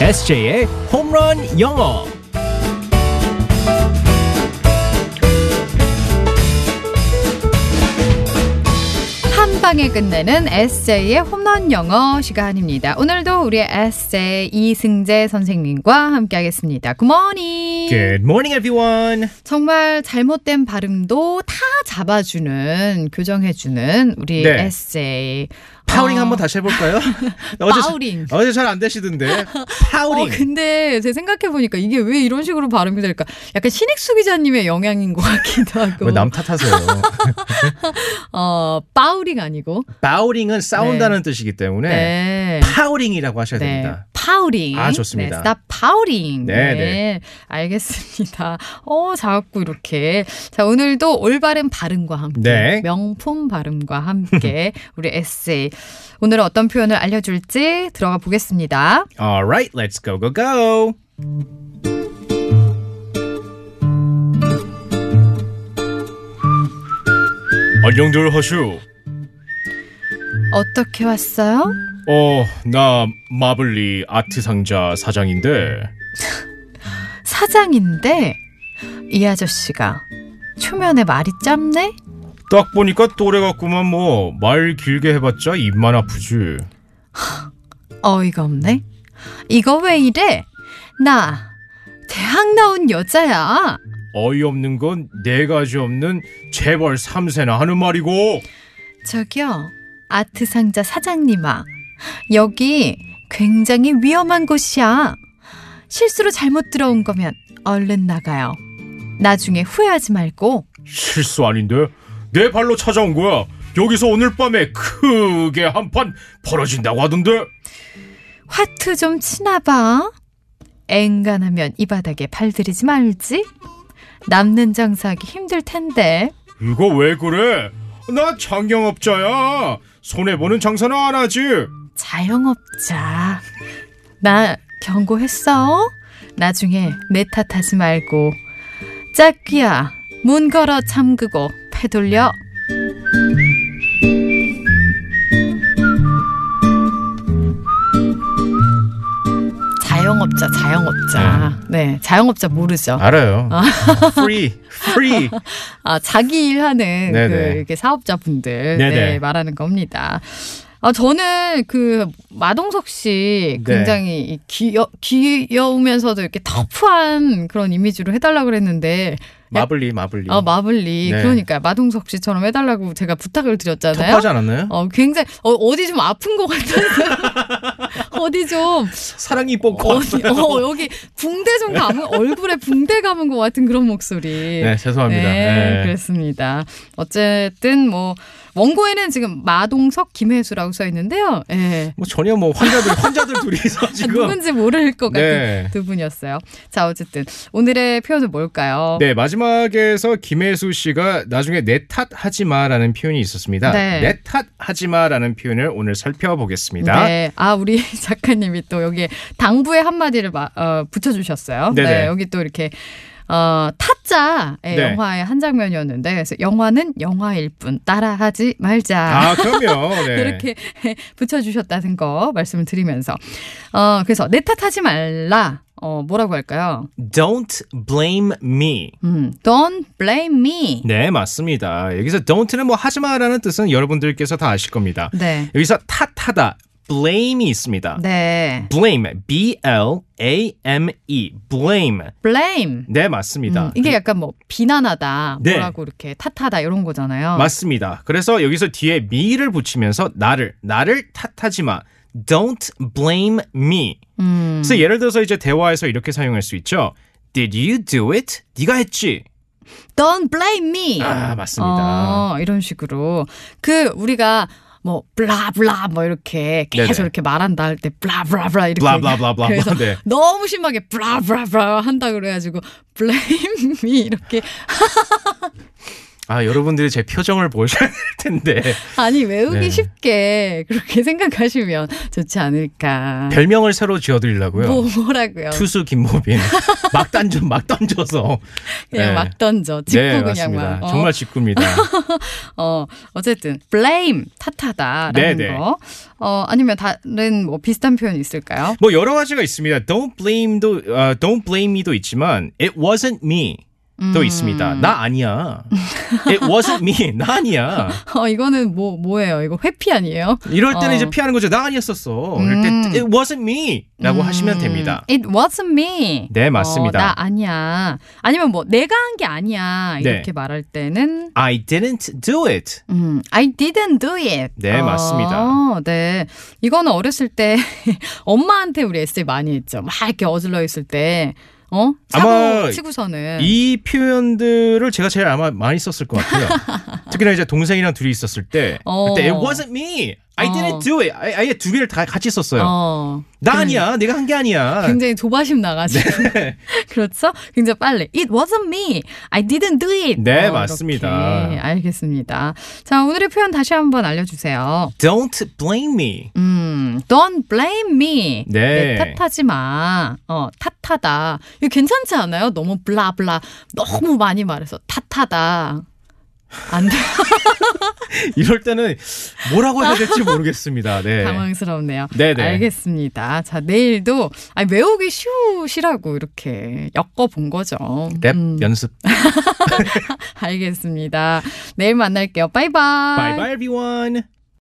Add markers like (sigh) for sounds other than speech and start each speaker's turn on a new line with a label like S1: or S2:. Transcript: S1: SJ의 홈런 영어.
S2: 한 방에 끝내는 에세이의 홈런 영어 시간입니다. 오늘도 우리의 에세이 이승재 선생님과 함께하겠습니다. 굿모닝.
S1: Good morning, everyone.
S2: 정말 잘못된 발음도 다 잡아주는 교정해주는 우리
S1: 네.
S2: 에세이
S1: 파우링
S2: 어.
S1: 한번 다시
S2: (laughs)
S1: 해볼까요? 나 어제 자-
S2: 파우링.
S1: 어제 잘 안 되시던데.
S2: (laughs) 어,
S1: 파우링.
S2: 근데 제가 생각해보니까 이게 왜 이런 식으로 발음이 될까? 약간 신익수 기자님의 영향인 것 같기도 하고.
S1: 왜 남
S2: (laughs)
S1: 탓하세요?
S2: 어, 파우링 아니고.
S1: 바우링은 싸운다는 뜻이기 때문에
S2: 네.
S1: 파우링이라고 하셔야 됩니다.
S2: 파우링.
S1: 아, 좋습니다.
S2: 네, 스탑 파우링.
S1: 네,
S2: 네,
S1: 네.
S2: 알겠습니다. 어, 자꾸 이렇게. 자, 오늘도 올바른 발음과 함께
S1: 네.
S2: 명품 발음과 함께 (laughs) 우리 에세이 오늘은 어떤 표현을 알려 줄지 들어가 보겠습니다.
S1: All right, let's go, go, go. 안녕들 하슈.
S2: 어떻게 왔어요?
S1: 어, 나 마블리 아트 상자 사장인데.
S2: 사장인데 이 아저씨가 초면에 말이 짧네?
S1: 딱 보니까 또래 같구만 뭐. 말 길게 해봤자 입만 아프지.
S2: 어이가 없네. 이거 왜 이래? 나 대학 나온 여자야.
S1: 어이없는 건 네 가지 없는 재벌 3세나 하는 말이고.
S2: 저기요, 아트 상자 사장님아. 여기 굉장히 위험한 곳이야. 실수로 잘못 들어온 거면 얼른 나가요. 나중에 후회하지 말고.
S1: 실수 아닌데? 내 발로 찾아온 거야. 여기서 오늘 밤에 크게 한 판 벌어진다고 하던데.
S2: 화투 좀 치나봐. 앵간하면 이 바닥에 발들이지 말지. 남는 장사하기 힘들 텐데.
S1: 이거 왜 그래? 나 장영업자야. 손해보는 장사는 안 하지.
S2: 자영업자. 나 경고했어. 나중에 내 탓하지 말고. 짝귀야, 문 걸어 잠그고 패 돌려. 자영업자, 자영업자. 네, 자영업자 모르죠.
S1: 알아요. free, free.
S2: 아, 자기 일하는
S1: 네네.
S2: 그 이렇게 사업자분들
S1: 네네.
S2: 네, 말하는 겁니다. 아, 저는 그 마동석 씨
S1: 네.
S2: 굉장히 이 귀여, 귀여우면서도 이렇게 터프한 그런 이미지로 해달라 그랬는데
S1: 마블리, 마블리.
S2: 아, 마블리
S1: 네.
S2: 그러니까 마동석 씨처럼 해달라고 제가 부탁을 드렸잖아요.
S1: 터프하지 않았나요?
S2: 어, 굉장히 어, 어디 좀 아픈 것 같아서 (laughs) 어디 좀
S1: 사랑이 뽑고.
S2: 어디 어, 여기 붕대 좀 감은 얼굴에 붕대 감은 것 같은 그런 목소리.
S1: 네, 죄송합니다.
S2: 네,
S1: 네.
S2: 그렇습니다. 어쨌든 뭐 원고에는 지금 마동석 김혜수라고 써 있는데요. 예.
S1: 뭐 전혀 뭐 환자들 환자들 둘이서
S2: 아,
S1: 지금
S2: (laughs) 누군지 모를 것 같은
S1: 네.
S2: 두 분이었어요. 자, 어쨌든 오늘의 표현은 뭘까요?
S1: 네 마지막에서 김혜수 씨가 나중에 내 탓하지 마라는 표현이 있었습니다.
S2: 네.
S1: 내 탓하지 마라는 표현을 오늘 살펴보겠습니다.
S2: 네. 아, 우리 (laughs) 작가님이 또 여기에 당부의 한마디를 마- 어, 붙여주셨어요.
S1: 네네.
S2: 네, 여기 또 이렇게, 어, 타짜 의
S1: 네.
S2: 영화의 한 장면이었는데, 그래서 영화는 영화일 뿐, 따라하지 말자.
S1: 아
S2: (laughs)
S1: 그럼요. 네.
S2: 이렇게 붙여주셨다는 거 말씀을 드리면서. 어, 그래서 내 탓하지 말라. 어, 뭐라고 할까요?
S1: Don't blame me.
S2: 음, don't blame me.
S1: 네 맞습니다. 여기서 don't는 뭐 하지 마라는 뜻은 여러분들께서 다 아실 겁니다.
S2: 네.
S1: 여기서 탓하다 blame이 있습니다.
S2: 네.
S1: blame b l a m e blame
S2: blame.
S1: 네
S2: 음,
S1: 맞습니다.
S2: 이게 약간 뭐 비난하다,
S1: 네.
S2: 뭐라고 이렇게 탓하다 이런 거잖아요.
S1: 맞습니다. 그래서 여기서 뒤에 me를 붙이면서 나를 나를 탓하지 마. Don't blame me.
S2: 음.
S1: 그래서 예를 들어서 이제 대화에서 이렇게 사용할 수 있죠. Did you do it? 네가 했지.
S2: Don't blame me.
S1: 아, 맞습니다.
S2: 어, 이런 식으로 그 우리가 뭐 블라블라 뭐 이렇게 계속
S1: 네네.
S2: 이렇게 말한다 할 때 블라블라블라 이렇게
S1: 블라블라블라.
S2: 그래서
S1: 네.
S2: 너무 심하게 블라블라블라 한다 그래가지고 blame me 이렇게
S1: 아 여러분들이 제 표정을 보셔야 될
S2: (laughs)
S1: 텐데
S2: 아니 외우기
S1: 네.
S2: 쉽게 그렇게 생각하시면 좋지 않을까.
S1: 별명을 새로 지어드리려고요.
S2: 뭐 뭐라고요?
S1: 투수 김모빈
S2: (laughs)
S1: 막 던져 막 던져서
S2: 그냥
S1: 네.
S2: 예, 막 던져. 짚고
S1: 네,
S2: 그냥
S1: 맞습니다.
S2: 막. 어.
S1: 정말
S2: (laughs)
S1: 직구입니다.
S2: 어, 어쨌든 blame 탓하다라는
S1: 네네.
S2: 거. 어, 아니면 다른 뭐 비슷한 표현이 있을까요?
S1: 뭐 여러 가지가 있습니다. Don't blame도 아, don't blame me도 있지만 it wasn't me도 있습니다.
S2: 음.
S1: 나 아니야. It wasn't me. 나 아니야.
S2: 어, 이거는 뭐 뭐예요? 이거 회피 아니에요?
S1: 이럴 때는
S2: 어.
S1: 이제 피하는 거죠. 나 아니었었어. 이럴 때
S2: 음.
S1: it wasn't me라고 하시면 됩니다.
S2: It wasn't me.
S1: 네, 맞습니다.
S2: 어, 나 아니야. 아니면 뭐 내가 한 게 아니야. 이렇게
S1: 네.
S2: 말할 때는
S1: I didn't do it.
S2: 음, I didn't do it.
S1: 네,
S2: 어,
S1: 맞습니다.
S2: 네. 이거는 어렸을 때 (laughs) 엄마한테 우리 에세이 많이 했죠. 막 이렇게 어질러 있을 때 어? 사고
S1: 아마
S2: 치고서는
S1: 이 표현들을 제가 제일 아마 많이 썼을 것 같아요.
S2: (laughs)
S1: 특히나 이제 동생이랑 둘이 있었을 때
S2: 어.
S1: 그때 it wasn't me. I
S2: 어.
S1: didn't do it. 아- 아예 두 개를 다 같이 썼어요.
S2: 어.
S1: 나 아니야. 내가 한 게 아니야. 네,
S2: 굉장히 조바심 나가지고 (laughs) 그렇죠? 굉장히 빨리 It wasn't me, I didn't do it. 어,
S1: 네,
S2: 이렇게.
S1: 맞습니다.
S2: 알겠습니다. 자 오늘의 표현 다시 한번 알려주세요.
S1: Don't blame me. (laughs)
S2: 음, don't blame me.
S1: 네.
S2: 내 탓하지 마. 어, 탓하다. 이거 괜찮지 않아요? 너무 블라블라. 너무 많이 말해서 탓하다. 안 돼.
S1: 이럴 때는 뭐라고 해야 될지 모르겠습니다.
S2: (laughs)
S1: 네.
S2: 당황스럽네요.
S1: 네네.
S2: 알겠습니다. 자, 내일도 아니, 외우기 쉬우시라고 이렇게 엮어본 거죠.
S1: 랩
S2: 음,
S1: 연습.
S2: 알겠습니다. 내일 만날게요. 바이바이.
S1: Bye bye everyone.